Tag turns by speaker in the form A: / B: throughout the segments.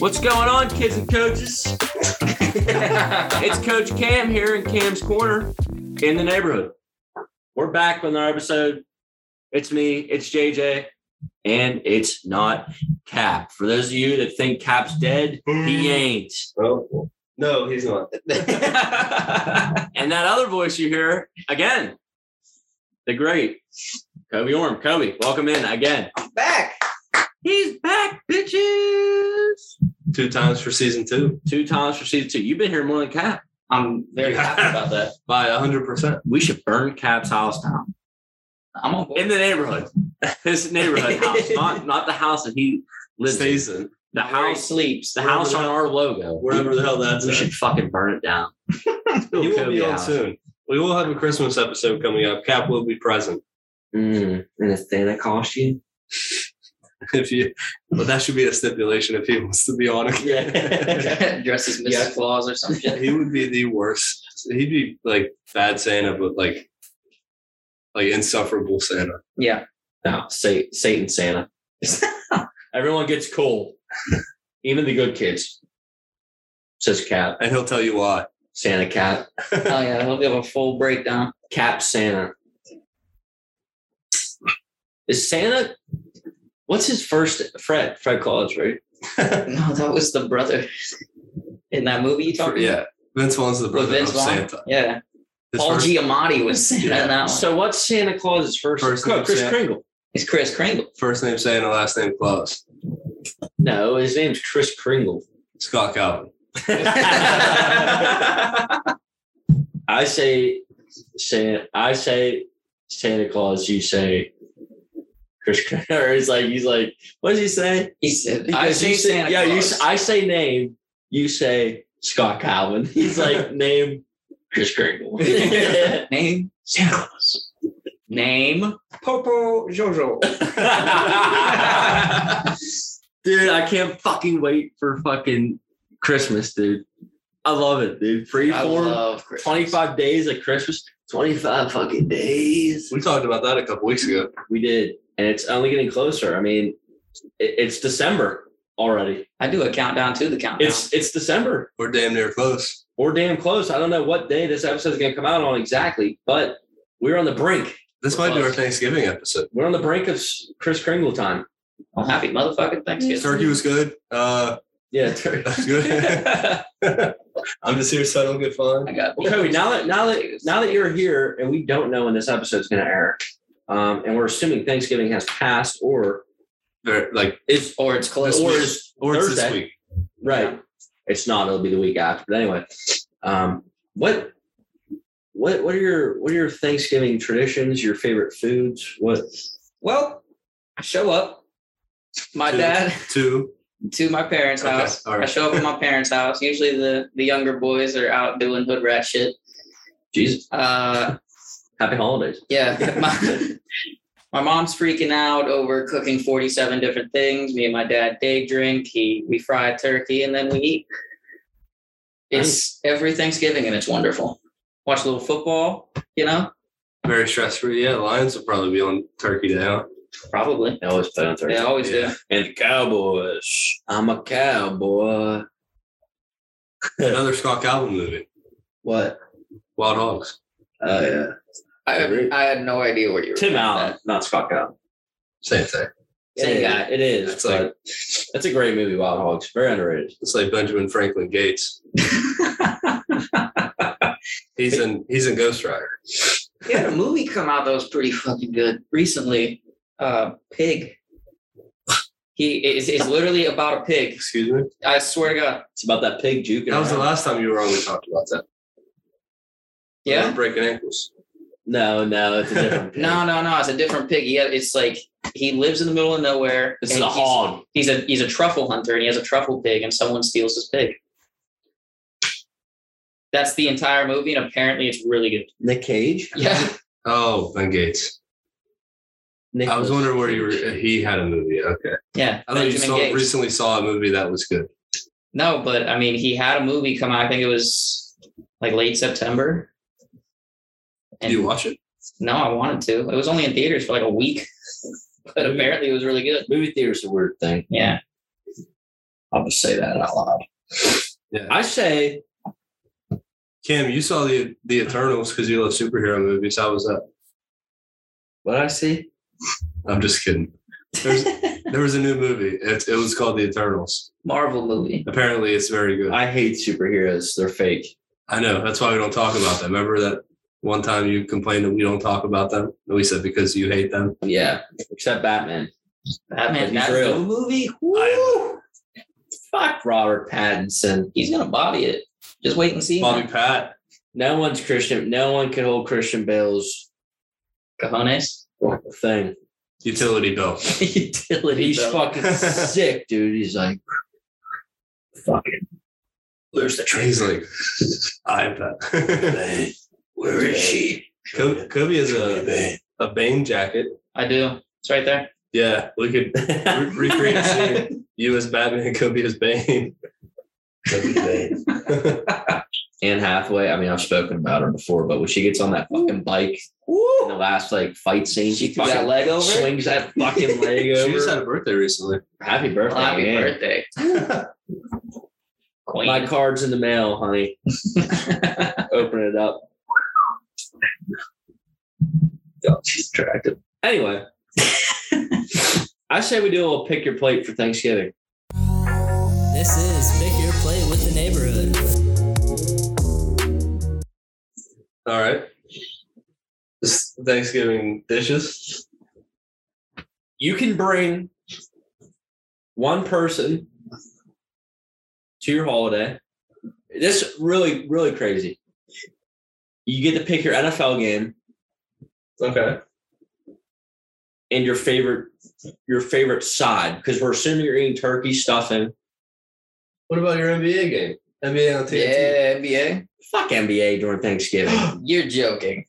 A: What's going on, kids and coaches? it's Coach Cam here in Cam's Corner in the neighborhood. We're back with another episode. It's me, it's JJ, and it's not Cap. For those of you that think Cap's dead, he ain't.
B: Oh, no, he's not.
A: and that other voice you hear again, the great Kobe Orm. Kobe, welcome in again.
B: Back
A: He's back, bitches.
B: two times for season two.
A: Two times for season two. You've been here more than Cap
C: I'm very happy about that.
B: By hundred percent.
A: We should burn Cap's house down
C: I'm on board.
A: in the neighborhood. His neighborhood house, not not the house that he lives. in.
B: Season
A: The
C: Where he
A: house,
C: sleeps.
A: the house on our logo.
B: wherever the hell that's.
A: we
B: at.
A: should fucking burn it down.
B: He will
A: Kobe
B: be on
A: out.
B: soon. We will have a Christmas episode coming up. Cap will be present.
A: Mm, in a Santa costume.
B: If you, but that should be a stipulation if he wants to be on it.
C: Dressed as Mrs.
B: Yeah.
C: Claus or something.
B: he would be the worst. He'd be like bad Santa, but like, like insufferable Santa.
C: Yeah.
A: No, say, Satan Santa. Everyone gets cold, even the good kids. Says Cap,
B: And he'll tell you why.
A: Santa Cap,
C: Oh yeah, he'll give a full breakdown.
A: Cap Santa. Is Santa? What's his first Fred? Fred Claus, right?
C: No, that was the brother in that movie you talked about.
B: yeah, Vince Vaughn's the
C: With
B: brother
C: Vince
B: of
C: Vaughn.
B: Santa.
C: Yeah.
B: His
C: Paul
B: first-
C: Giamatti was Santa
B: Yeah.
C: in that one.
A: So what's Santa Claus's first?
B: First
A: Co-
B: name
A: Chris
B: Santa.
A: Kringle.
C: it's Chris Kringle.
B: first name Santa, last name Claus.
A: No, his name's Chris Kringle.
B: Scott Calvin.
A: I say, Santa. I say Santa Claus. You say Chris Kringle. Or It's like he's like, what does he say?
C: He said,
A: He
C: I
A: goes,
C: say
A: you
C: Santa
A: yeah. You,
C: Claus.
A: s- I say name. You say Scott Calvin. He's like name Chris Kringle.
C: Name? Santa Claus. Name? Popo Jojo.
A: dude, I can't fucking wait for fucking Christmas, dude. I love it, dude.
C: I
A: Freeform,
C: love Christmas.
A: 25 days of Christmas, 25 fucking days.
B: We talked about that a couple weeks ago.
A: We did. And it's only getting closer. I mean, it, it's December already.
C: I do a countdown to the countdown.
A: It's it's December.
B: We're damn near close.
A: We're damn close. I don't know what day this episode is going to come out on exactly, but we're on the brink.
B: This might be our Thanksgiving episode.
A: We're on the brink of s- Chris Kringle time.
C: Well, happy motherfucking Thanksgiving.
B: Turkey was good. Uh,
A: Yeah.
B: that's good. I'm just here so I don't get fined.
C: I got
A: Well, Kobe, now that now that now that you're here, and we don't know when this episode's going to air, um, and we're assuming Thanksgiving has passed or
B: Very- Like,
A: is
C: or it's
A: or
C: close.
B: Oh, This week.
A: is
B: or it's
A: Thursday.
B: this week.
A: right? It's not. It'll be the week after. But anyway, um, what what what are your what are your Thanksgiving traditions? Your favorite foods? What?
C: Well, I show up. My
B: Two.
C: dad
B: Two.
C: to my parents'
B: Okay,
C: house.
B: all right.
C: I show up at my parents' house. Usually the the younger boys are out doing hood rat shit.
A: Jesus!
C: Uh,
A: Happy holidays.
C: yeah, my, my mom's freaking out over cooking forty seven different things. Me and my dad day drink. He we fry turkey and then we eat. It's every Thanksgiving and it's wonderful. Watch a little football, you know,
B: Very stress free. Yeah, Lions will probably be on Turkey Day. Huh?
C: probably.
A: They always play on Thursday.
C: They always do.
B: Yeah.
A: And the Cowboys. I'm a cowboy.
B: Another Scott Calvin movie,
A: What?
B: Wild Hogs.
A: Oh yeah.
C: I,
A: Agreed.
C: I had no idea where you were.
A: Tim
C: going with
A: Allen, not Scott Allen.
B: Same thing.
A: It
C: Same
A: is-
C: guy.
A: It is.
B: It's
A: but
B: like-
A: that's a great movie, Wild Hogs. Very underrated.
B: It's like Benjamin Franklin Gates. He's in he's in Ghost Rider.
C: that. He had a movie come out that was pretty fucking good recently. Uh, pig. He is it's literally about a pig.
B: Excuse me.
C: I swear to God.
A: It's about that pig juking.
B: That was the
A: around.
B: last time you were on. We talked about that.
C: Yeah.
B: Breaking ankles.
A: No, no, it's a different. pig.
C: No, no, no. It's a different pig. He had, it's like he lives in the middle of nowhere.
A: this is
C: and
A: a
C: he's-
A: hog.
C: He's a he's a truffle hunter and he has a truffle pig and someone steals his pig. That's the entire movie, and apparently it's really good.
A: Nick Cage.
C: Yeah.
B: Oh, Ben Gates.
A: Nick
B: I was wondering where you were. He had a movie. Okay.
C: Yeah.
B: I thought you
C: Benjamin
B: saw,
C: Gates.
B: recently saw a movie that was good.
C: No, but I mean, he had a movie come out. I think it was like late September.
B: Did you watch it?
C: No, I wanted to. It was only in theaters for like a week, but apparently it was really good.
A: Movie theater's a weird thing.
C: Yeah.
A: I'll just say that out loud.
B: Yeah.
A: I say
B: Kim, you saw the the Eternals because you love superhero movies. How was that?
A: what I see.
B: I'm just kidding. There's, there was a new movie. It, it was called The Eternals.
C: Marvel movie.
B: Apparently, it's very good. I,
A: I hate superheroes. They're fake.
B: know. That's why we don't talk about them. Remember that one time you complained that we don't talk about them? And we said because you hate them.
A: Yeah, except Batman. But
C: Batman.
A: he's
C: That
A: real.
C: new movie.
A: Woo! Fuck Robert Pattinson.
C: He's gonna body it. Just wait and see.
B: Bobby
C: man.
B: Pat.
A: No one's Christian. No one can hold Christian Bale's
C: Cojones.
A: thing.
B: Utility bill.
C: Utility.
A: He's
C: bill.
A: fucking sick, dude. He's like, fucking. Where's the
B: He's like, I'm Pat.
A: Where is she?
B: Ko- Kobe has a, a Bane jacket.
C: I do. It's right there.
B: Yeah, we could re- recreate the scene. You as Batman, Kobe as Bane.
A: Anne Hathaway. I mean, I've spoken about her before, but when she gets on that fucking bike in the last like fight scene,
C: She
A: she
C: threw that
A: fucking
C: leg over.
A: swings that fucking leg
B: she
A: over.
B: just had a birthday recently.
A: Happy birthday,
C: Happy
A: Anne.
C: birthday, Queen.
A: My card's in the mail, honey. Open it up. Oh, she's attractive. Anyway, I say we do a little pick your plate for Thanksgiving.
D: This is Pick Your Plate with the Neighborhood.
B: All right. Just Thanksgiving dishes.
A: You can bring one person to your holiday. This is really, really crazy. You get to pick your NFL game
B: Okay.
A: and your favorite your favorite side because we're assuming you're eating turkey stuffing.
B: What about your NBA game? NBA on TNT.
C: yeah, NBA.
A: Fuck NBA during Thanksgiving.
C: You're joking.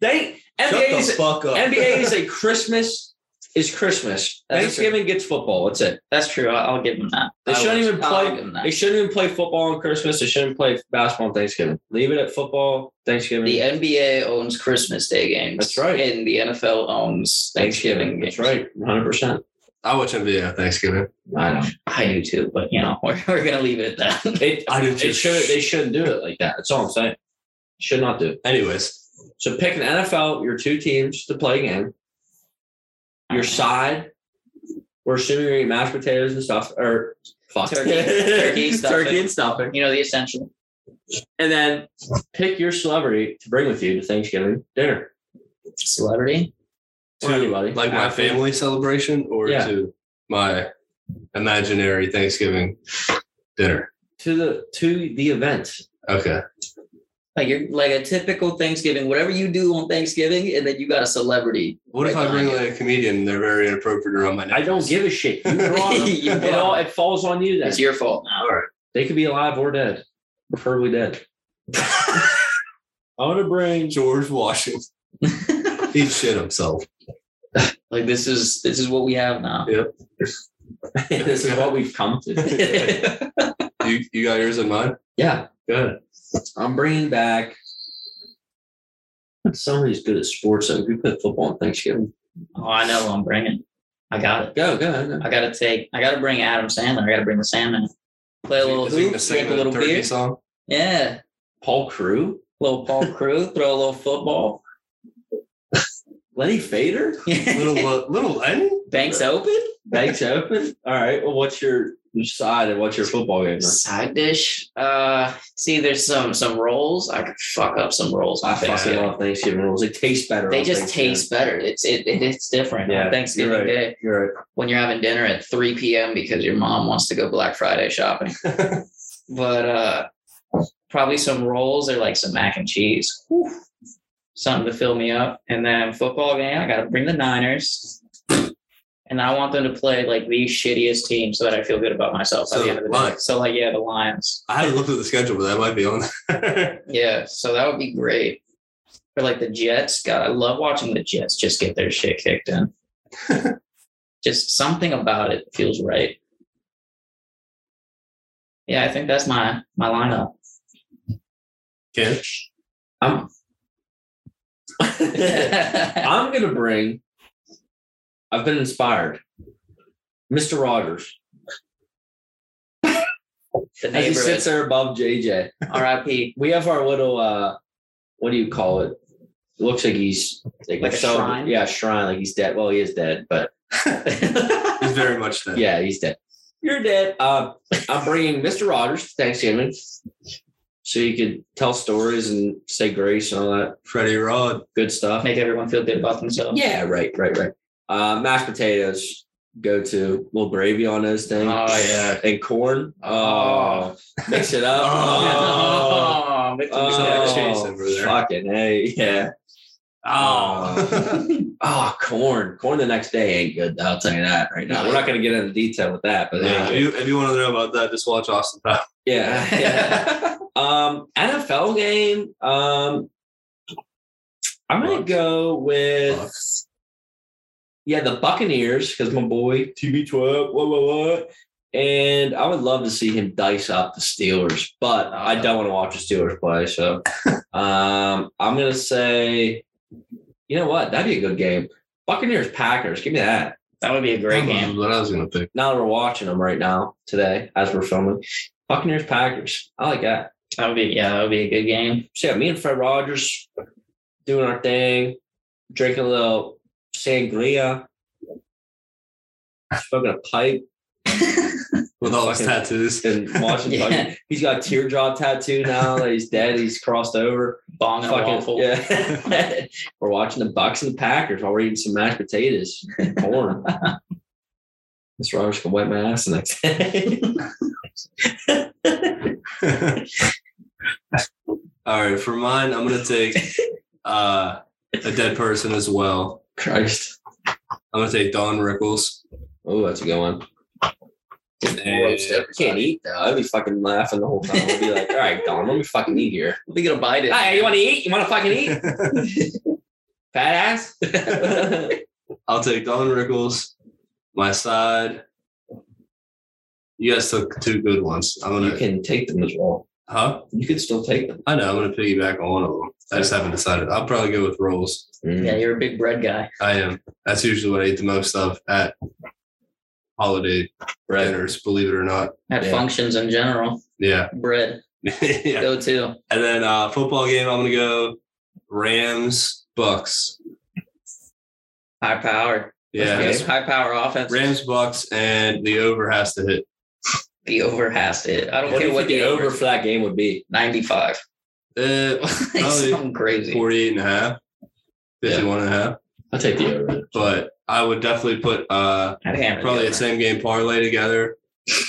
A: They
B: Shut
A: NBA
B: the
A: is
B: fuck up.
A: NBA is a Christmas is Christmas.
C: That's
A: Thanksgiving gets football. That's it.
C: That's true. I- I'll give him that.
A: They
C: I
A: shouldn't
C: will-
A: even
C: I'll
A: play-
C: give him
A: They
C: that.
A: shouldn't even play football on Christmas. They shouldn't play basketball on Thanksgiving. Leave it at football Thanksgiving.
C: The NBA owns Christmas Day games.
A: That's right.
C: And the NFL owns Thanksgiving games.
A: That's right. One hundred percent.
B: I watch NBA on Thanksgiving.
A: I know.
C: I do too, but you know, we're, we're gonna leave it at that.
A: It,
B: I do
A: it
B: too.
A: should. They shouldn't do it like that. That's all I'm saying. Should not do. It.
B: Anyways,
A: So pick an NFL. Your two teams to play again. Your side. We're assuming you're eating mashed potatoes and stuff, or fuck
C: Turkey. Turkey, stuffing.
A: turkey and stuffing.
C: You know, the essential.
A: and then pick your celebrity to bring with you to Thanksgiving dinner.
C: Celebrity.
A: Or anybody.
B: like my
A: Athlete.
B: family celebration or
A: Yeah.
B: to my imaginary Thanksgiving dinner.
A: to the to the event.
B: Okay.
C: Like you're like a typical Thanksgiving, whatever you do on Thanksgiving, and then you got a celebrity.
B: What if
C: Right
B: I bring
C: behind
B: like a comedian and they're very inappropriate around my neck?
A: I don't give a shit. You brought them.
C: You
A: it all it falls on you then.
C: It's your fault now.
B: All right.
A: they could be alive or dead, preferably dead. I want to bring.
B: George Washington. He'd shit himself.
C: Like this is this is what we have now.
A: this is what we've come to.
C: Oh,
B: You you got yours in mind?
A: yeah,
B: Good.
A: I'm bringing back. Somebody's good at sports. So we put football on Thanksgiving.
C: oh, I know. I'm bringing. I got it.
A: Go, go, go.
C: I got to take. I got to bring Adam Sandler. I got to bring the Sandman. Play a little
B: Is he gonna
C: hoops,
B: sing
C: drink a
B: the
C: little
B: turkey
C: beer.
B: song?
C: Yeah,
A: Paul Crew,
C: little Paul Crew, throw a little football.
A: Lenny Fader,
B: Little Le- little Lenny?
C: Banks open.
A: Banks Open. All right. Well, what's your side and what's your football game?
C: Side dish. Uh, see, there's some some rolls. I could fuck up some rolls.
A: I
C: on
A: fucking
C: Thanksgiving.
A: love Thanksgiving rolls. They taste better.
C: They
A: on
C: just
A: Thanksgiving.
C: taste better. It's it, it it's different
A: Yeah,
C: on Thanksgiving
A: you're right.
C: Day
A: You're right.
C: when you're having dinner at 3 p.m. because your mom wants to go Black Friday shopping. but uh, probably some rolls or like some mac and cheese. Whew. Something to fill me up. And then football game, I got to bring the Niners. and I want them to play like the shittiest team so that I feel good about myself at
B: So,
C: the end of the day.
B: Lions.
C: So like yeah, the Lions.
B: I haven't looked at the schedule, but that might be on.
C: Yeah, so that would be great. But like the Jets, God, I love watching the Jets just get their shit kicked in. just something about it feels right. Yeah, I think that's my my lineup.
B: Ken,
A: I'm I'm gonna bring. I've been inspired. Mr. Rogers.
C: the
A: As he sits
C: neighborhood.
A: there above JJ.
C: R.I.P.
A: We have our little uh what do you call it? it looks like he's like,
C: Like a
A: so-
C: shrine?
A: Yeah, shrine. Like he's dead. Well, he is dead, but
B: he's very much that.
A: yeah, he's dead. You're dead. Uh, I'm bringing Mr. Rogers to Thanksgiving, so you could tell stories and say grace and all that
B: Freddie Rod.
A: good stuff.
C: Make everyone feel good about themselves.
A: Yeah, right, right, right. Uh, mashed potatoes go to little gravy on those things.
C: Oh, yeah.
A: and corn.
C: Oh.
A: Oh, mix it up. oh,
C: Oh, Mr.
B: Oh.
C: Jackson.
B: Chase over there.
A: fucking hey, yeah. Oh, corn. Corn the next day ain't good. I'll tell you that right now. We're not gonna get into detail with that, but
B: yeah, if you if you want to know about that, just watch Austin Powers.
A: yeah. yeah. um, NFL game. Um, I'm gonna
B: Bucks.
A: go with
B: Bucks.
A: yeah the Buccaneers because my boy TB12. What what what? And I would love to see him dice up the Steelers, but I don't want to watch the Steelers play. So um, I'm gonna say, you know what? That'd be a good game. Buccaneers Packers. Give me that.
C: That would be a great game.
B: What I was gonna pick.
A: now that we're watching them right now today as we're filming. Buccaneers Packers. I like that.
C: That would be yeah, that would be a good game.
A: So yeah, me and Fred Rogers doing our thing, drinking a little sangria, smoking a pipe,
B: With all his
A: Fucking-
B: tattoos.
A: and watching.
C: Yeah.
A: fucking- he's got a teardrop tattoo now that he's dead. He's crossed over.
C: Bong and
A: Fucking-
C: waffle.
A: yeah. we're watching the Bucks and the Packers while we're eating some mashed potatoes and corn. Mr. Rogers can wipe my ass the next day.
B: all right, for mine, I'm gonna take uh, a dead person as well.
A: Christ.
B: I'm gonna take Don Rickles.
A: Oh, that's a good one.
B: And-
A: can't eat though. I'd be fucking laughing the whole time. I'd be like, all right, Don, let me fucking eat here.
C: We gonna bite it.
A: Hey, you want to eat? You want to fucking eat? Fat ass.
B: I'll take Don Rickles. My side. You guys took two good ones. I'm
A: you
B: gonna.
A: can take them as well.
B: Huh?
A: You can still take them.
B: I know. I'm gonna piggyback on one of them. I just haven't decided. I'll probably go with rolls.
A: Mm.
C: Yeah, you're a big bread guy.
B: I am. That's usually what I eat the most of at holiday
A: Right.
B: dinners. Believe it or not.
C: At
A: Yeah.
C: functions in general.
B: Yeah.
C: Bread.
B: yeah.
C: Go to.
B: And then uh, football game, I'm gonna go Rams Bucks.
C: High powered.
B: Yeah,
A: Okay.
B: that's-
C: High power offense.
B: Rams Bucks, and the over has to hit.
C: The over has to hit. I don't
A: What do
C: care
A: you
C: what
A: think the over for that game would be?
C: 95.
B: Uh,
C: Like
B: probably
C: something crazy.
B: 48 and a half, 51 and a half.
A: I'll take the over.
B: But I would definitely put uh,
C: I'd hammer the
B: probably a
C: over.
B: same game parlay together.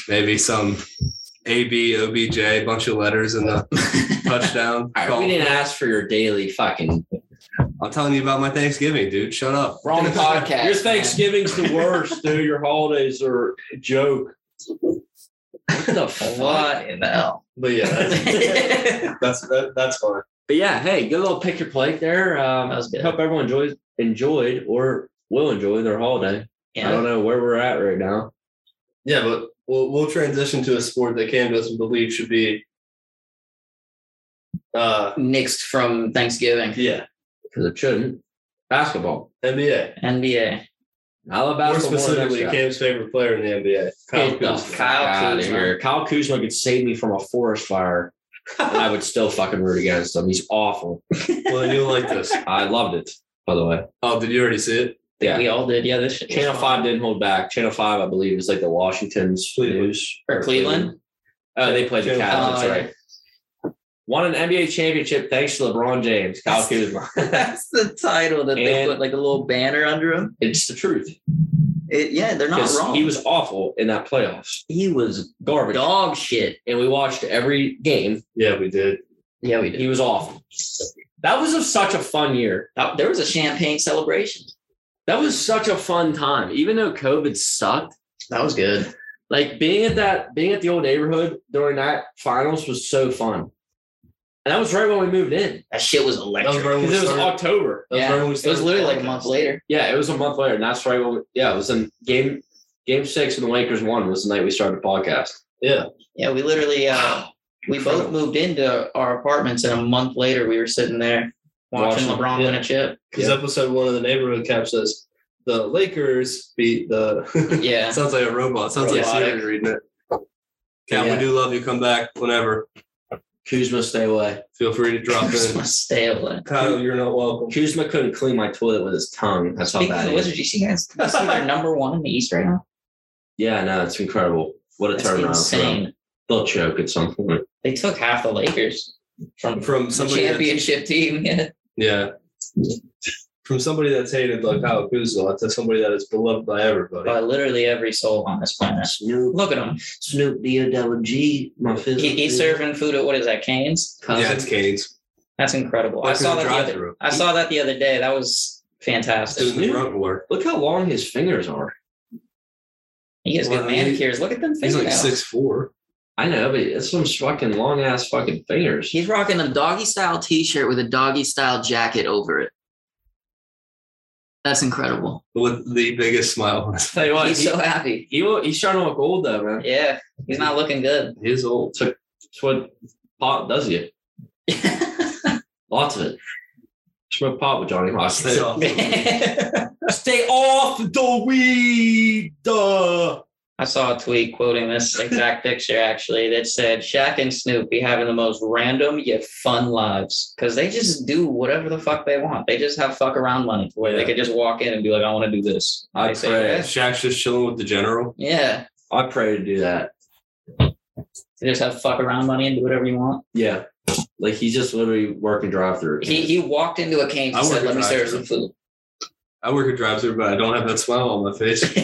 B: Maybe some A B O B J, bunch of letters in the touchdown.
A: All right, we didn't ask for your daily fucking
B: I'm telling you about my Thanksgiving, dude. Shut up.
C: Wrong podcast.
A: Your
C: man.
A: Thanksgiving's the worst, dude. Your holidays are a joke. What the fuck?
C: What in the hell?
B: But yeah, that's that's, that, that's fine.
A: But yeah, hey, good little pick your plate there. Um,
C: That was good.
A: Hope everyone enjoys enjoyed or will enjoy their holiday. I don't
C: Yeah.
A: know where we're at right now.
B: Yeah, but we'll we'll transition to a sport that Cam doesn't believe should be. Uh,
C: Nixed from Thanksgiving.
B: yeah,
A: Because it shouldn't. Basketball.
B: NBA.
C: NBA.
A: I love
B: More
A: basketball.
B: specifically, Cam's favorite player in the NBA, Kyle
A: Kyle, Kyle,
B: Kuzma.
C: fuck out of
A: Kuzma.
C: here.
A: Kyle Kuzma could save me from a forest fire. and I would still fucking root against him. He's awful.
B: Well, you'll like this.
A: I loved it, by the way.
B: Oh, did you already see it?
A: Yeah.
C: We all did. Yeah, this shit was
A: Channel
C: fun.
A: Five didn't hold back. Channel Five, I believe, is like the Washington's
B: Cleveland.
A: news
C: Or Cleveland?
A: Oh, they played the Cavs.
B: Channel
C: five.
A: That's
C: Oh, yeah.
A: right. Won an NBA championship thanks to LeBron James, Kyle Kuzma.
C: That's the title that they
A: And-
C: put like a little banner under him.
A: it's the truth.
C: It, yeah, they're not
A: 'Cause
C: wrong.
A: He was awful in that playoffs.
C: he was
A: Garbage.
C: dog shit.
A: And we watched every game.
B: Yeah, we did.
C: Yeah, we
A: He was awful. That was a, such a fun year.
C: Uh, That- there was a champagne celebration.
A: That was such a fun time, even though COVID sucked.
C: That was good.
A: Like being at that, being at the old neighborhood during that finals was so fun. And that was right when we moved in.
C: That shit was
B: That was
C: electric.
B: right when
A: Because
B: we
A: it was
B: started.
A: October.
B: That was
C: Yeah.
B: right when we
C: It was
B: started
C: literally like a
B: the
C: month
B: podcast.
C: later.
A: Yeah, it was a month later, and that's right when. We, yeah, it was in game game six when the Lakers won. Was the night we started the podcast.
B: Yeah.
C: Yeah, we literally uh we both moved into our apartments and a month later we were sitting there watching
A: Watching,
C: LeBron
B: yeah.
C: win a chip.
B: Because episode one of the neighborhood cap says the Lakers beat the.
C: Yeah.
B: sounds like a robot. Sounds like
C: Robotic.
B: Siri reading it. Cap,
A: Yeah.
B: we do love you. Come back whenever.
A: Kuzma, stay away.
B: Feel free to drop in.
C: Stay away.
B: Kyle, you're not welcome.
A: Kuzma couldn't clean my toilet with his tongue. That's how
C: Speaking
A: bad
C: of the
A: it is.
C: Wizards, you see guys you see they're number one in the East right now.
A: Yeah, no, it's incredible. What a
C: That's
A: turnaround. for them.
C: insane.
A: They'll choke at some point.
C: They took half the Lakers from
B: From
C: the
B: somebody. that's-
C: championship team. Yeah.
B: Yeah. From somebody that's hated like Kyle Kuzma to somebody that is beloved by everybody.
C: By literally every soul on this planet.
A: Snoop,
C: Look at him.
A: Snoop D-O-G, my physical.
C: He, he's serving food at what is that, Canes?
B: yeah, it's Canes.
C: That's incredible. um, I
B: Walking
C: saw
B: the
C: that the other,
B: drive-thru.
C: I saw that the other day. That was fantastic.
B: Doing the grunt work.
A: Look how long his fingers are.
C: He has good
B: Well, he-
C: manicures. Look at them
B: He's like
C: fingernails.
B: six four.
A: I know, but it's some fucking long ass fucking fingers.
C: He's rocking a doggy style t-shirt with a doggy style jacket over it. That's incredible.
B: with the biggest smile.
A: Tell you what,
C: He's
A: he,
C: so happy.
A: he look- he's trying to look old though, man.
C: Yeah, he's not looking good.
B: His old.
A: That's what pot does you. Lots of it. Smoke pot with Johnny Hawk.
B: Stay off.
A: Stay off the weed. Duh.
C: I saw a tweet quoting this exact picture actually that said Shaq and Snoop be having the most random yet fun lives because they just do whatever the fuck they want. They just have fuck around money where they
B: Yeah.
C: could just walk in and be like, I want to do this.
A: I
C: They say,
A: pray.
C: "Okay."
B: Shaq's just chilling with the general.
C: Yeah.
A: I pray to do that.
C: You just have fuck around money and do whatever you want.
A: Yeah. Like he's just literally working drive through.
C: He he walked into a cane
B: I
C: and said,
B: work
C: Let me
B: at
C: serve some
B: drive-thru.
C: food.
B: I work a drive through, but I don't have that smile on my face.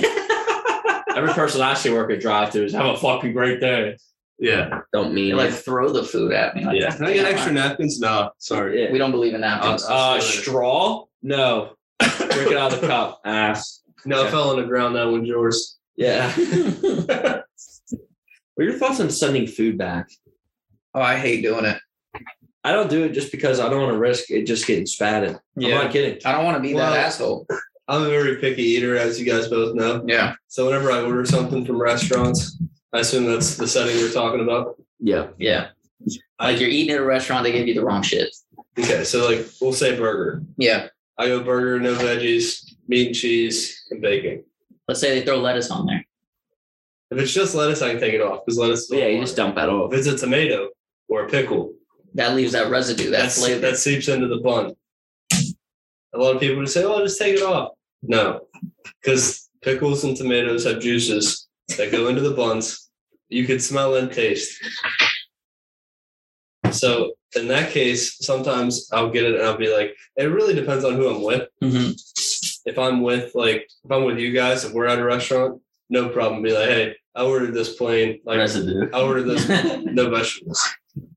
A: Every person I see work at drive throughs have a fucking great day.
B: Yeah.
A: Don't
C: They
A: mean
C: like throw the food at me. Like,
B: Yeah. Can I get extra napkins? Nah, sorry.
A: Yeah.
C: We don't believe in napkins.
A: Uh, straw? No. Drink it out of the cup. Ass.
B: No, I fell on the ground. That one's yours.
A: Yeah. what are your thoughts on sending food back?
C: oh, I hate doing it.
A: I don't do it just because I don't want to risk it just getting spatted. I'm not kidding.
C: I don't want to be
B: Well-
C: that asshole.
B: I'm a very picky eater, as you guys both know.
C: Yeah.
B: So whenever I order something from restaurants, I assume that's the setting we're talking about.
A: Yeah.
C: Yeah. Like you're eating at a restaurant, they give you the wrong shit.
B: Okay, so like we'll say burger.
C: Yeah.
B: I go burger, no veggies, meat and cheese, and bacon.
C: Let's say they throw lettuce on there.
B: If it's just lettuce, I can take it off because lettuce. is
A: Yeah, you
B: on
A: just
B: it.
A: dump that off.
B: If it's a tomato or a pickle,
C: That leaves that residue, that
B: that's
C: flavor.
B: that seeps into the bun. A lot of people just say, "Oh, just take it off." No, because pickles and tomatoes have juices that go into the buns. You could smell and taste. So in that case, sometimes I'll get it and I'll be like, it really depends on who I'm with.
C: Mhm.
B: If I'm with like, if I'm with you guys, if we're at a restaurant, no problem. Be like, hey, I ordered this plain. Like,
A: Residue.
B: I ordered this no vegetables.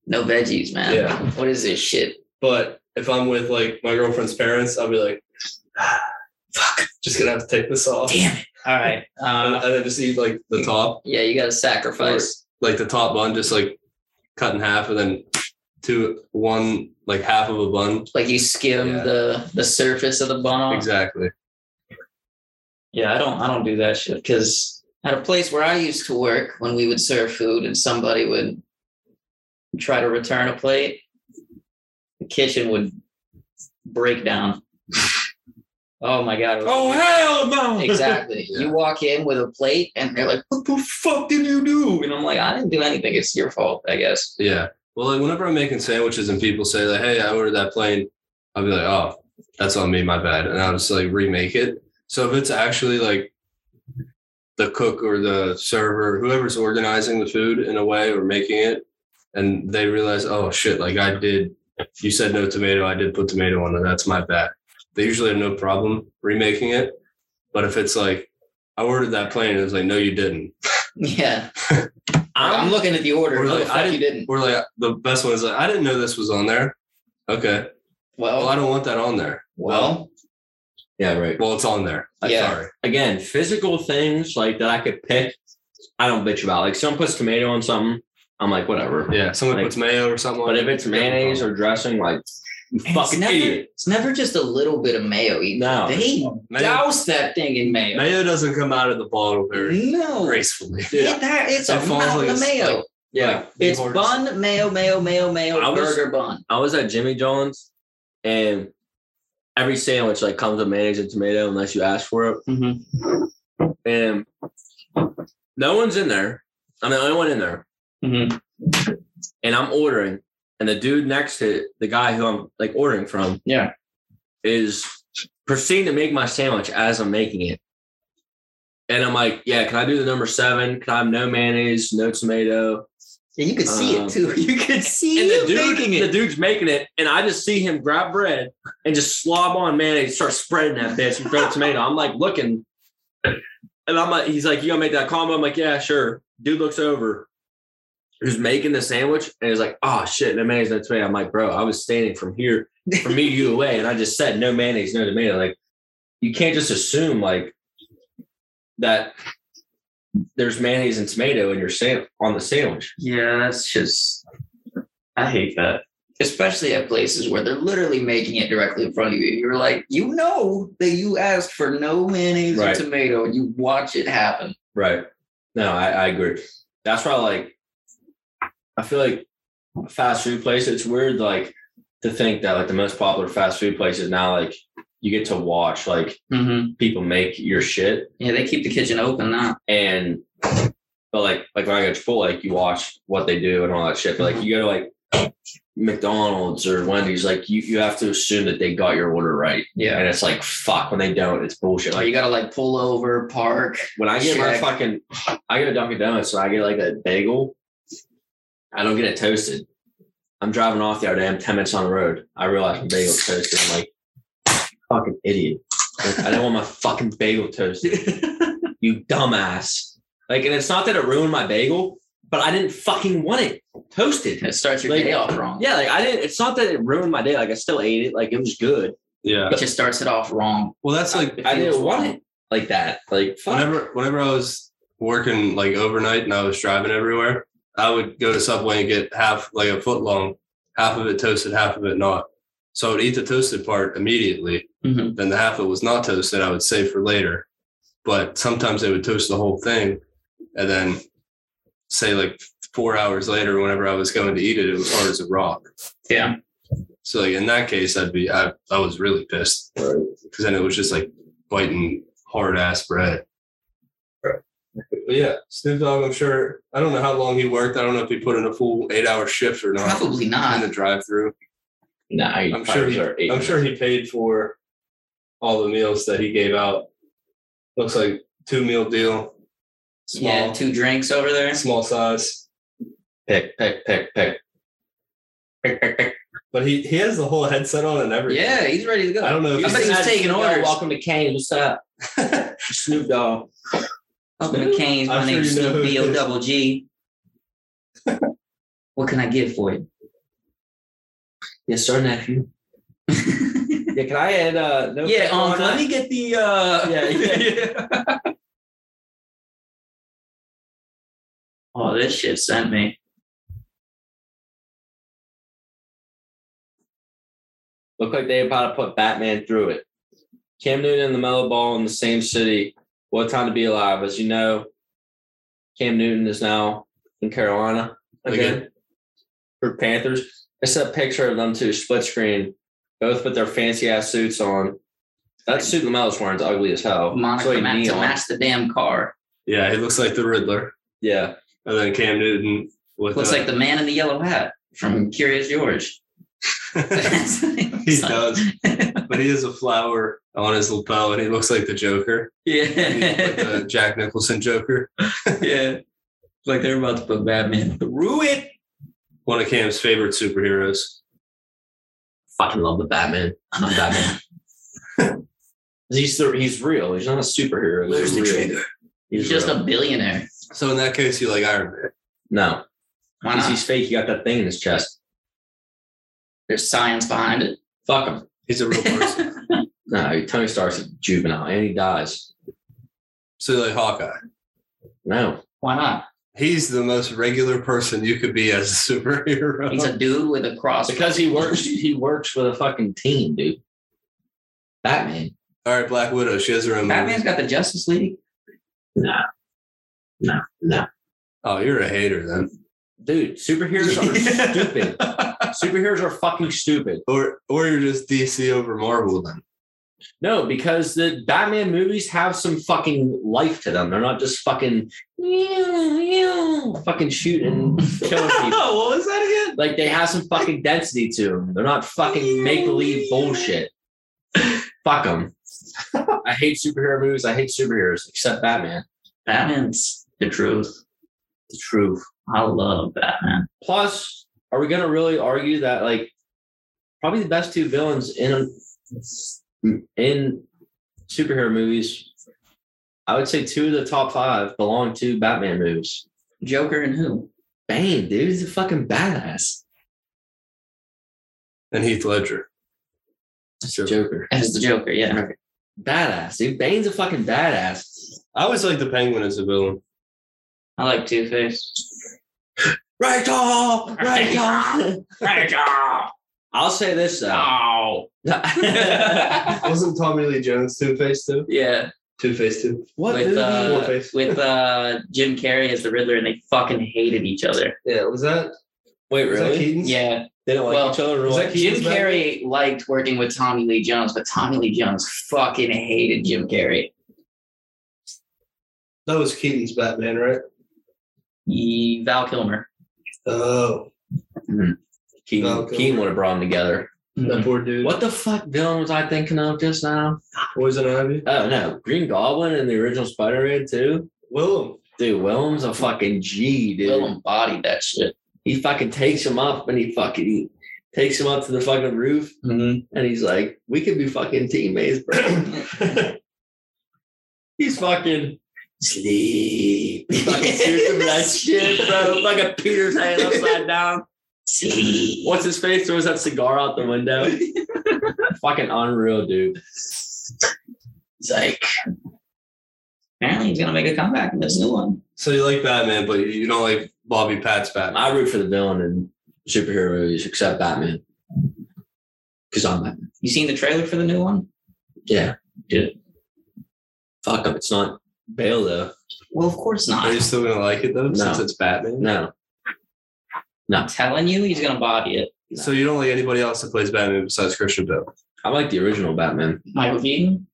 C: no veggies, man.
B: Yeah.
C: What is this shit?
B: But if I'm with like my girlfriend's parents, I'll be like, fuck, just gonna have to take this off.
C: Damn it. All right.
B: And,
C: Uh,
B: and then just eat like the top,
C: yeah, you got to sacrifice.
B: like the top bun, just like cut in half and then two, one, like half of a bun.
C: Like you skim
B: Yeah.
C: the the surface of the bun off.
B: Exactly.
C: Yeah, I don't I don't do that shit because at a place where I used to work, when we would serve food and somebody would try to return a plate, the kitchen would break down. Oh my god! it was-
A: Oh hell no!
C: Exactly.
B: Yeah.
C: You walk in with a plate and they're like, "What the fuck did you do?" And I'm like, "I didn't do anything. It's your fault, I guess."
B: Yeah. Well, like whenever I'm making sandwiches and people say like, "Hey, I ordered that plain," I'll be like, "Oh, that's on me, my bad," and I'll just like remake it. So if it's actually like the cook or the server, whoever's organizing the food in a way or making it, and they realize, "Oh shit, like I did," you said no tomato, I did put tomato on it. That's my bad. They usually have no problem remaking it, but if it's like, "I ordered that plain," and it's like, "No, you didn't,"
C: Yeah, I'm
A: I'm
C: looking at the order.
B: Or
C: No,
B: like,
C: the
B: I
C: fuck you didn't.
B: or like the best one is like, "I didn't know this was on there." Okay.
C: Well,
B: Well, I don't want that on there.
C: well,
A: Yeah, right.
B: Well, it's on there. I'm
C: Yeah.
B: sorry.
A: Again, physical things like that I could pick, I don't bitch about. Like someone puts tomato on something, I'm like, whatever.
B: Yeah, someone
A: Like-
B: puts mayo or something.
A: But if it's mayonnaise or dressing, like you
C: And
A: fucking
C: it's never,
A: idiot.
C: It's never just a little bit of mayo. Either.
A: No.
C: They
B: Mayo-
C: douse that thing in mayo.
B: mayo doesn't come out of the bottle very
C: No.
B: gracefully.
C: It- that- it's
B: It
C: a
B: falls
C: mountain
B: like
C: of
B: a-
C: mayo.
B: like-
A: Yeah.
C: it's
B: Yours.
C: bun, mayo, mayo, mayo, mayo,
A: I was-
C: burger bun.
A: I was at Jimmy John's and every sandwich like comes with mayonnaise and tomato unless you ask for it. And no one's in there. I'm the only one in there. and I'm ordering, and the dude next to the guy who I'm like ordering from,
C: Yeah.
A: is proceeding to make my sandwich as I'm making it. And I'm like, yeah, can I do the number seven? Can I have no mayonnaise, no tomato?
C: Yeah, you could see
A: Um,
C: it too. You could
A: And
C: see
A: the
C: it
A: dude,
C: making it.
A: the dude's making it, and I just see him grab bread and just slob on mayonnaise, start spreading that bitch and throw the tomato. I'm like looking, and I'm like, he's like, you gonna make that combo? I'm like, yeah, sure. Dude looks over, who's making the sandwich, and he's like, oh shit, no mayonnaise, no tomato. I'm like, bro, I was standing from here, from me to you away, and I just said no mayonnaise, no tomato. Like, you can't just assume like that. There's mayonnaise and tomato in your sand on the sandwich.
C: yeah, that's just. I hate that. Especially at places where they're literally making it directly in front of you. You're like, you know that you asked for no mayonnaise
A: Right.
C: or tomato, and you watch it happen.
A: Right. No, I, I agree. That's why, like, I feel like fast food place. It's weird, like, to think that like the most popular fast food places now, like, you get to watch like
C: Mm-hmm.
A: people make your shit,
C: Yeah, they keep the kitchen open now.
A: and but like like when I go to Chipotle, like you watch what they do and all that shit. But like you go to like McDonald's or Wendy's, like you you have to assume that they got your order right,
C: Yeah.
A: and it's like fuck when they don't, it's bullshit.
C: Or
A: Like
C: Oh, you gotta like pull over, park.
A: when I get my
C: Check.
A: fucking, I get a Dunkin' Donuts, so I get like a bagel. I don't get it toasted. I'm driving off the other day. I'm ten minutes on the road. I realize my bagel's toasted. I'm like, fucking idiot. Like, I don't want my fucking bagel toasted. you dumbass. Like, and it's not that it ruined my bagel, but I didn't fucking want it toasted.
C: It starts your
A: Like-
C: day off wrong.
A: Yeah, like I didn't. It's not that it ruined my day. Like I still ate it. Like it was good.
B: Yeah.
C: It just starts it off wrong.
B: Well, that's like
A: I didn't want it like that. Like fuck.
B: whenever whenever I was working like overnight and I was driving everywhere, I would go to Subway and get half like a foot long, half of it toasted, half of it not. So I would eat the toasted part immediately.
C: Mhm.
B: Then the half that was not toasted, I would save for later. But sometimes they would toast the whole thing, and then say like four hours later, whenever I was going to eat it, it was hard as a rock.
C: Yeah.
B: So like in that case, I'd be I, I was really pissed because then it was just like biting hard ass bread. But yeah, Snoop Dogg. I'm sure. I don't know how long he worked. I don't know if he put in a full eight hour shift or not
C: Probably
B: in the
C: not.
B: drive through.
A: Nah, I
B: I'm sure he- I'm sure he paid for all the meals that he gave out. Looks like two meal deal. Small,
C: Yeah, two drinks over there.
B: small size.
A: pick, pick, pick, pick. Pick, pick, pick.
B: But he he has the whole headset on and everything.
C: Yeah, he's ready to go.
B: I don't know.
C: I bet
B: If
C: he was taking orders.
A: Welcome to Kane. What's up? Snoop Dogg.
C: Welcome to Canes. My
B: I'm sure
C: name's
B: you know
C: Snoop
B: who it
C: D O
B: is.
C: double G. What can I get for you?
A: Yes, sir, nephew. Yeah, can I add uh no
C: yeah,
A: pickle
C: um,
A: on
C: let
A: that?
C: me get the uh
A: Yeah,
C: Oh, this shit sent me.
A: Look like they about to put Batman through it. Cam Newton and the mellow ball in the same city. What a time to be alive? As you know, Cam Newton is now in Carolina again for Panthers. It's a picture of them two split screen, both with their fancy ass suits on. That suit Lamelo's wearing's ugly as hell.
C: Monica
A: It's like
C: ma- to
A: neon.
C: match the damn car.
B: yeah, he looks like the Riddler.
A: Yeah,
B: And then Cam Newton with
C: Looks
B: a-
C: like the man in the yellow hat from Curious George.
B: he does, but he has a flower on his lapel, and he looks like the Joker, like
C: Yeah.
B: the Jack Nicholson Joker.
C: yeah. Like they're about to put Batman through it.
B: One of Cam's favorite superheroes.
A: fucking love the Batman. I'm Batman. he's the, he's real. He's not a superhero. He's real. He's,
C: He's just
A: real.
C: a billionaire.
B: So in that case, you like Iron Man.
A: no.
C: Why
A: Because
C: not?
A: he's fake. He got that thing in his chest.
C: There's science behind it.
A: Fuck him.
B: He's a real person.
A: No, Tony Stark's a juvenile and he dies.
B: So like Hawkeye,
A: No.
C: Why not?
B: he's the most regular person you could be as a superhero.
C: He's a dude with a cross.
A: Because he works he works with a fucking team, dude. Batman.
B: All right, Black Widow. She has her own. movie.
C: Batman's got the Justice League.
A: No. No, no.
B: Oh, you're a hater then.
A: Dude, superheroes are stupid. Superheroes are fucking stupid.
B: Or or you're just DC over Marvel then.
A: No, because the Batman movies have some fucking life to them. They're not just fucking "Meow, meow," fucking shooting, killing people.
E: what was that again?
A: Like they have some fucking density to them. They're not fucking make believe bullshit. Fuck them. I hate superhero movies. I hate superheroes except Batman.
C: Batman's the truth.
A: The truth.
C: I love Batman.
A: Plus, are we gonna really argue that like probably the best two villains in in superhero movies? I would say two of the top five belong to Batman movies.
C: Joker and who?
A: Bane, dude, he's a fucking badass.
B: And Heath Ledger. Sure.
A: Joker,
C: As the Joker, yeah.
A: badass, dude. Bane's a fucking badass.
B: I always like the Penguin as a villain.
C: I like Two Face.
B: Ragdoll,
A: Right. I'll say this though.
C: Oh.
A: Ah.
B: Wasn't Tommy Lee Jones Two Face too?
C: Yeah.
B: Two Face too.
A: what
C: with
A: movie?
B: Four
C: uh,
B: Face.
C: with uh, Jim Carrey as the Riddler, and they fucking hated each other.
B: Yeah, was that
A: Wait,
B: was that
A: really?
B: Keaton's?
C: Yeah,
A: They don't like
C: Well,
A: each other. in real
B: was
A: life?
B: that
C: Jim
B: Keaton's Batman?
C: Carrey liked working with Tommy Lee Jones, but Tommy Lee Jones fucking hated Jim Carrey.
B: That was Keaton's Batman, right?
C: Ye- Val Kilmer.
B: Oh,
A: Keaton,
B: Oh, okay.
A: Keaton would have brought them together.
C: Mm-hmm.
B: that poor dude.
A: What the fuck villain was I thinking of just now?
B: Poison Ivy?
A: Oh no, Green Goblin and the original Spider-Man too.
B: Willem.
A: Dude, Willem's a fucking G, dude.
C: Willem bodied that shit.
A: He fucking takes him up and he fucking he takes him up to the fucking roof and he's like, "We could be fucking teammates,
C: Mm-hmm.
A: bro." he's fucking sleep. He fucking shoots him with that shit, bro. Fucking Peter's hand upside down.
C: See,
A: What's his face? Throws that cigar out the window. fucking unreal, dude.
C: he's like, apparently he's gonna make a comeback in this new one.
B: So you like Batman, but you- you don't like Bobby Pat's Batman.
A: I root for the villain in superhero movies except Batman. Because I'm Batman.
C: You seen the trailer for the new one?
A: Yeah.
C: Yeah.
A: Fuck him. It's not Bale though.
C: Well, of course
B: Are
C: not.
B: you still gonna like it though,
A: No.
B: since it's Batman?
A: No.
C: I'm telling you, he's gonna body it.
B: So you don't like anybody else that plays Batman besides Christian Bale?
A: I like the original Batman.
C: Michael Keaton,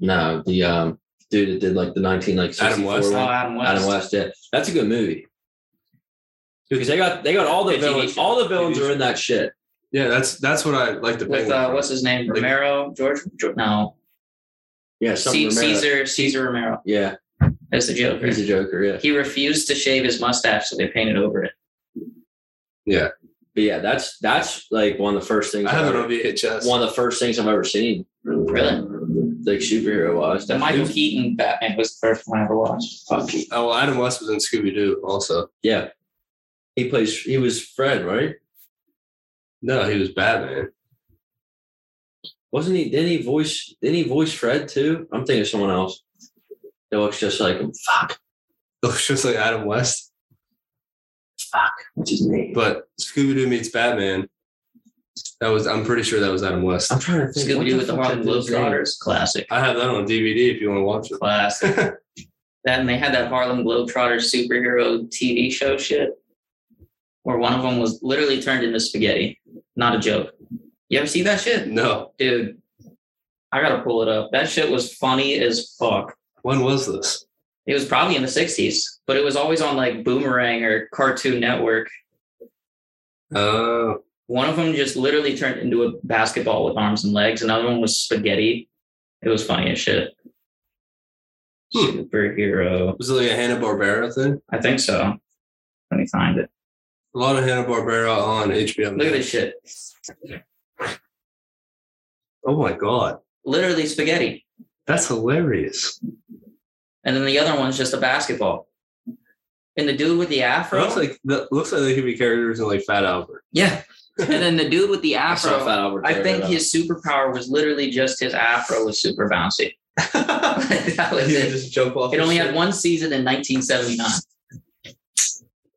A: No, the um dude that did like the nineteen like
B: Adam West?
A: 64
C: oh,
A: one.
C: Adam West.
A: Adam West, yeah. That's a good movie. Because they got they got all the
C: Good TV
A: villains.
C: show.
A: All the villains
B: TV
A: are in that shit.
B: Yeah, that's that's what I like. The
C: with
B: Penguin
C: uh,
B: from.
C: what's his name?
B: Like-
C: Romero, George, George no,
A: Yeah,
C: C-
A: something Romero.
C: Caesar, Caesar Romero
A: Yeah,
C: as the Joker.
A: he's a Joker. Yeah,
C: He refused to shave his mustache, so they painted over it.
A: but yeah, that's that's like one of the first things.
B: I have
A: I've
B: it
A: ever-
B: on VHS.
A: one of the first things I've ever seen,
C: Really?
A: like superhero wise.
C: The Michael Keaton Batman was the first one I ever watched. Fuck.
B: Oh, well, Adam West was in Scooby Doo also.
A: Yeah, he plays. He was Fred, right?
B: No, he was Batman.
A: Wasn't he? Didn't he voice? Didn't he voice Fred too? I'm thinking of someone else. That looks just like him. Fuck.
B: Looks just like Adam West,
A: What's his name?
B: but Scooby Doo meets Batman. That was I'm pretty sure that was Adam West.
A: I'm trying to think.
C: Scooby
A: what
C: Doo with the
A: fuck
C: Harlem
A: is his name?
C: Globetrotters, classic,
B: I have that on DVD if you want to watch
C: classic.
B: it.
C: Then they had that Harlem Globetrotters superhero TV show shit, where one of them was literally turned into spaghetti. Not a joke. You ever see that shit,
B: no,
C: dude? I gotta pull it up. That shit was funny as fuck.
B: when was this?
C: It was probably in the 60s, but it was always on like Boomerang or Cartoon Network.
B: Oh,
C: One of them just literally turned into a basketball with arms and legs. Another one was spaghetti. It was funny as shit.
B: Hmm.
C: Superhero.
B: was it like a Hanna Barbera thing?
C: I think so. Let me find it.
B: A lot of Hanna Barbera on HBO.
C: Look at this shit.
B: Oh my god,
C: Literally spaghetti.
B: that's hilarious.
C: And then the other one's just a basketball. And the dude with the afro.
B: looks like that looks like they could be characters in like Fat Albert.
C: yeah. And then the dude with the
A: I saw
C: afro.
A: Fat Albert.
C: I
A: there,
C: think
A: but, uh,
C: his superpower was literally just his afro was super bouncy. that was
B: You
C: it.
B: just jump off.
C: It
B: the
C: only
B: ship.
C: had one season in 1979.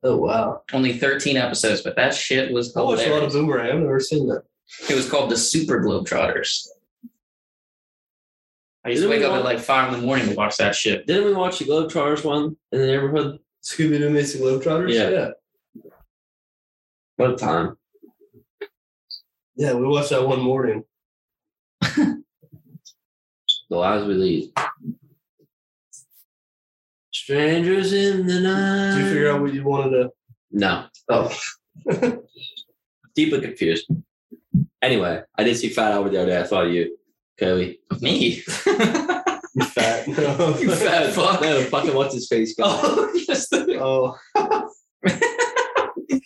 B: Oh wow!
C: Only 13 episodes, but that shit was
B: I watched a lot of
C: hilarious.
B: Boomerang. I've never seen that.
C: It was called the Super Globetrotters. I used to
A: Didn't we
C: wake up
A: watch-
C: at like five in the morning to watch that shit.
A: Didn't we watch the Globetrotters one in the neighborhood?
B: Scooby Doo meets the Globetrotters.
A: Yeah.
B: yeah,
A: What a time!
B: Yeah, We watched that one morning.
A: The lives we lead. Strangers in the night.
B: Did you figure out what you wanted to?
A: No. Oh. Deeply confused. Anyway, I did see Fat Albert the other day. I thought of you, Cody.
C: Me.
B: You fat.
A: You fat fuck. No, fucking what's his face? guy.
C: oh, yes, the
B: oh,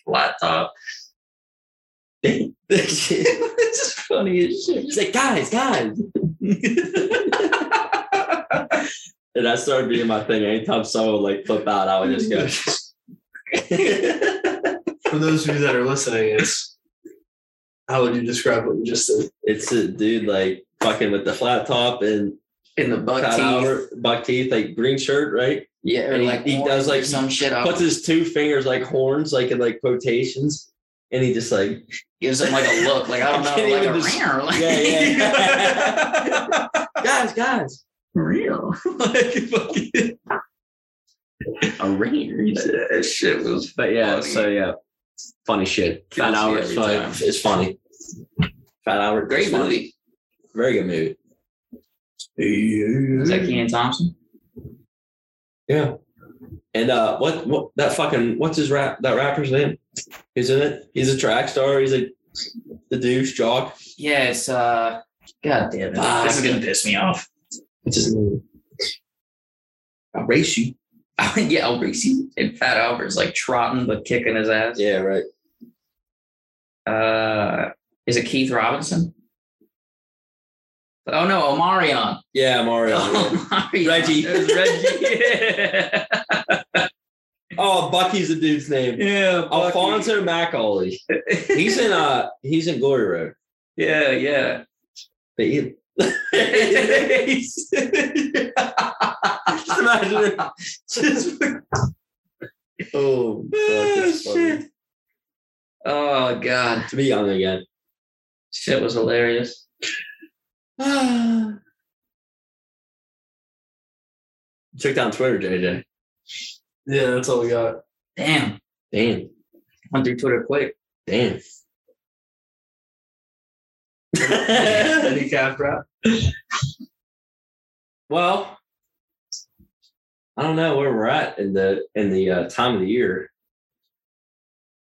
C: laptop. this is funny as shit.
A: He's like, guys, guys. and I started doing my thing. Anytime someone would like flip out, I would just go.
B: for those of you that are listening, it's how would you describe what you just said?
A: it's a dude like fucking with the flat top and
C: In the butt
A: Fat
C: teeth.
A: Albert, buck teeth, like green shirt, right?
C: Yeah, or
A: And he-
C: like
A: he does,
C: horns or
A: like,
C: some shit up.
A: Puts his two fingers like horns, like in like quotations, and he just like
C: gives him like a look, like I don't
A: I
C: know,
A: can't
C: like a
A: even dis-
C: rare, like
A: Yeah, yeah. guys, guys.
C: real, like fucking a rare. That shit was.
A: But yeah,
C: Funny.
A: so yeah, funny shit.
C: Kills
A: Fat
C: you
A: Albert
C: every time.
A: is funny. Fat Albert, is
C: Great
A: funny.
C: movie.
A: Very good movie.
C: Is that Keenan Thompson?
A: And uh, what what that fucking what's his rap that rapper's name? He's in it. He's a track star. He's a the douche jock.
C: Yeah, it's uh God damn it. this is gonna piss me off.
A: What's his name?
C: I'll race you. yeah, I'll race you. And Fat Albert's like trotting but kicking his ass.
A: Yeah, right.
C: Uh is it Keith Robinson? Oh no, Omarion.
A: Yeah, Mario.
C: Oh, Omarion.
A: Reggie.
C: It was Reggie.
A: oh, Bucky's the dude's name.
C: yeah.
A: Alfonso Macaulay. He's in uh he's in Glory Road.
C: Yeah, yeah.
A: But he, He's- just imagine it. Just, oh, fuck, that's funny.
C: Oh god,
A: to be young again.
C: shit was hilarious.
A: Took down Twitter, JJ.
B: Yeah, that's all we got.
C: Damn,
A: Damn,
C: went through Twitter quick.
A: damn.
B: Any calf wrap?
A: well, I don't know where we're at in the in the uh, time of the year.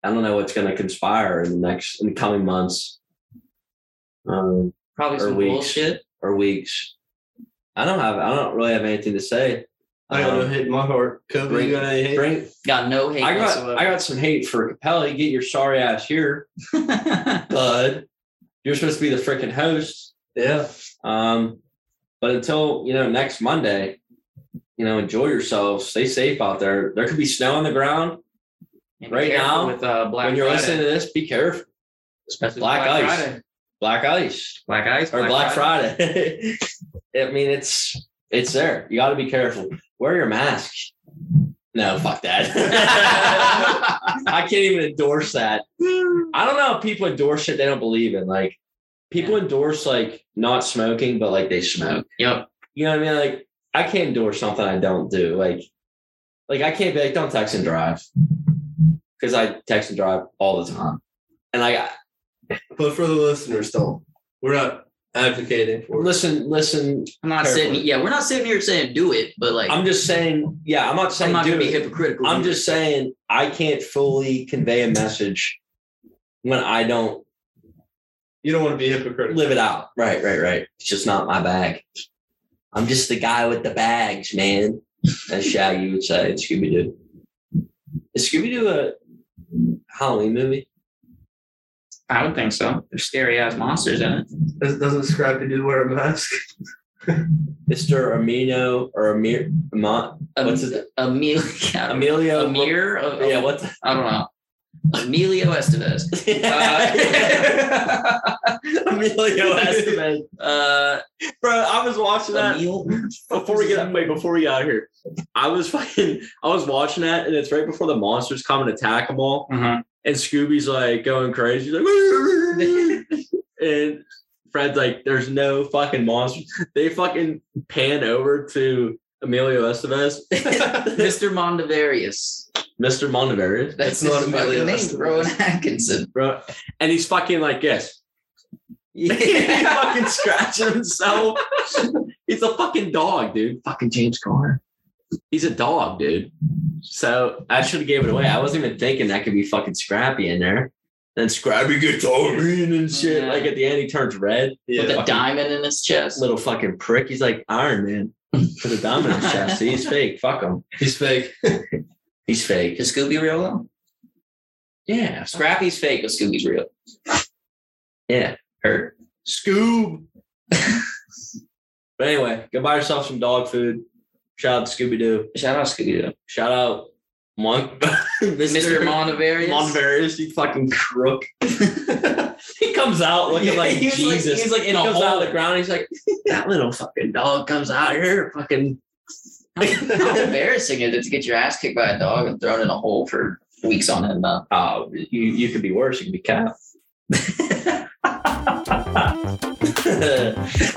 A: I don't know what's going to conspire in the next in the coming months. Um,
C: Probably
A: Or
C: some
A: weeks.
C: bullshit.
A: or weeks. I don't have. I don't really have anything to say.
B: I got no
A: Um,
B: hit in my heart. Kobe,
A: bring-
B: you got any hate?
A: Bring,
C: Got no hate.
A: I got.
C: whatsoever.
A: I got some hate for Capelli. Get your sorry ass here, bud. You're supposed to be the freaking host.
B: Yeah.
A: Um, but until you know next Monday, you know enjoy yourselves. Stay safe out there. There could be snow on the ground
C: And be
A: Right
C: careful
A: now,
C: with uh, Black
A: when you're
C: Friday.
A: listening to this. Be careful.
C: Especially
A: Black ice.
C: Friday.
A: Black ice
C: Black ice
A: or Black Friday. I mean, it's it's there. You got to be careful. Wear your mask. No, fuck that. I can't even endorse that. I don't know how people endorse shit they don't believe in. Like people endorse like not smoking, but like they smoke.
C: Yep.
A: You know what I mean? Like I can't endorse something I don't do. Like, like I can't be like, don't text and drive. Cause I text and drive all the time. And like
B: But for the listeners, don't. We're not advocating for it.
A: listen, listen,
C: I'm not
A: Careful.
C: sitting. Yeah, we're not sitting here saying do it, but like I'm,
A: I'm just saying, yeah, I'm not saying
C: not gonna
A: do
C: be
A: it.
C: hypocritical.
A: I'm
C: either.
A: just saying I can't fully convey a message when I don't
B: You don't want to be hypocritical.
A: live it out. Right, right, right. It's just not my bag. I'm just the guy with the bags, man. As Shaggy would say, in Scooby Doo. Is Scooby Doo a Halloween movie?
C: I would think so. There's scary ass monsters in it.
B: Does- Doesn't Scrappy Doo wear a mask?
A: Mr. Amino or Amir Amon, What's his-
C: Amelia.
A: Emilio?
C: Amir? Uh,
A: Yeah, what the,
C: I don't know. Emilio Estevez. Uh,
F: Emilio
C: Estevez. Uh,
A: Bro, I was watching that
C: Emil.
A: before we get wait before we got out here. I was fucking I was watching that and it's right before the monsters come and attack them all. And Scooby's like going crazy, like and Fred's like, there's no fucking monsters. They fucking pan over to Emilio Estevez,
C: Mr. Mondavarius.
A: Mr. Mondavarius,
C: That's
G: not
C: his
G: Emilio
C: fucking
G: Estevez.
C: name, Rowan Atkinson.
A: bro. And he's fucking like, yes. he's fucking scratching himself. he's a fucking dog, dude. Fucking James Carr. He's a dog, dude. So I should have gave it away. I wasn't even thinking that could be fucking Scrappy in there. Then Scrappy gets all mean and shit.
C: Yeah.
A: Like at the end, he turns red.
C: With a
A: Fucking
C: diamond in his chest.
A: little fucking prick. He's like Iron Man with a diamond in his chest. He's fake. Fuck him.
G: He's fake.
A: He's fake.
C: Is Scooby real though?
A: Yeah.
C: Scrappy's fake, but Scooby's real. er,
A: Yeah.
C: Her.
A: Scoob. but anyway, go buy yourself some dog food. Shout out to Scooby Doo.
C: Shout out Scooby Doo.
A: Shout out Mon-
C: Mr. Mondavarius.
A: Monverius, you fucking crook. he comes out looking like
C: He was like-
A: Jesus.
C: he was like in a
A: comes out
C: hole.
A: of the ground. He's like, that little fucking dog comes out here, fucking.
C: How embarrassing is it to get your ass kicked by a dog and thrown in a hole for weeks on end? Now?
A: Oh, you you could be worse. You could be Cap.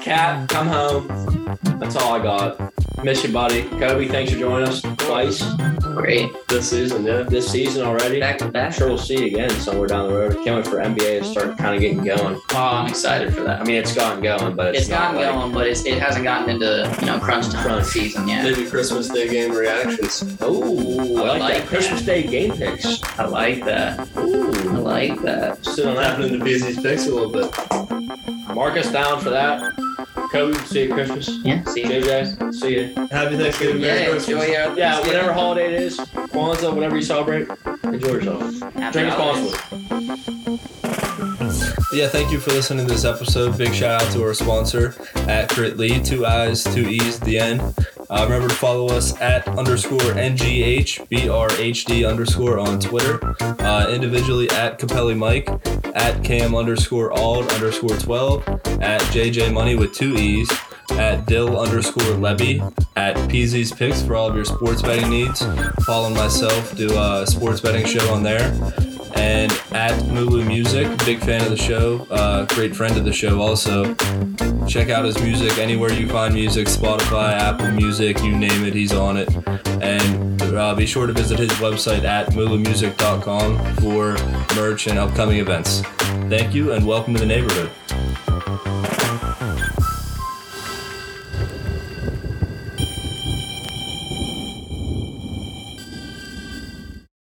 A: Cap, come home. That's all I got. Miss you, buddy. Kobe, thanks for joining us twice
C: Great.
A: this season. Yeah, this season already.
C: Back to
A: I'm
C: back. Oh,
A: sure we'll see you again somewhere down the road. Can't wait for NBA to start kind of getting going.
C: Oh, I'm excited for that.
A: I mean, it's gotten going, but it's,
C: It's
A: not
C: gotten
A: like-
C: going, but it's, it hasn't gotten into you know crunch time
A: Crunch.
C: season yet.
G: Maybe Christmas Day game reactions.
A: Oh, I
C: I
A: like,
C: like
A: that.
C: that.
A: Christmas Day game picks.
C: I like that. I
A: Ooh,
C: like that.
A: sit on
G: What
A: that.
G: happened in the BZ's picks a little bit?
A: Mark us down for that. Kobe, see you at Christmas.
C: Yeah. See.
A: JJ, see you.
G: Happy Thanksgiving. Merry
C: Yeah.
G: Christmas.
C: Enjoy your
A: Yeah, whatever holiday it is, Kwanzaa, whatever you celebrate, enjoy yourself.
C: Happy
A: Drink
C: holidays.
A: responsibly.
G: Yeah, thank you for listening to this episode. Big shout out to our sponsor at Crit Lee, two eyes, two E's, the N. Uh, remember to follow us at underscore NGHBRHD underscore on Twitter, uh, individually at Capelli Mike, at Cam underscore Ald underscore 12, at JJ Money with two E's, at Dill underscore Levy, at PZ's Picks for all of your sports betting needs. Follow myself, do a sports betting show on there and at Mulu Music, big fan of the show, uh, great friend of the show also. Check out his music anywhere you find music, Spotify, Apple Music, you name it, he's on it. And uh, be sure to visit his website at mulumusic.com for merch and upcoming events. Thank you and welcome to the neighborhood.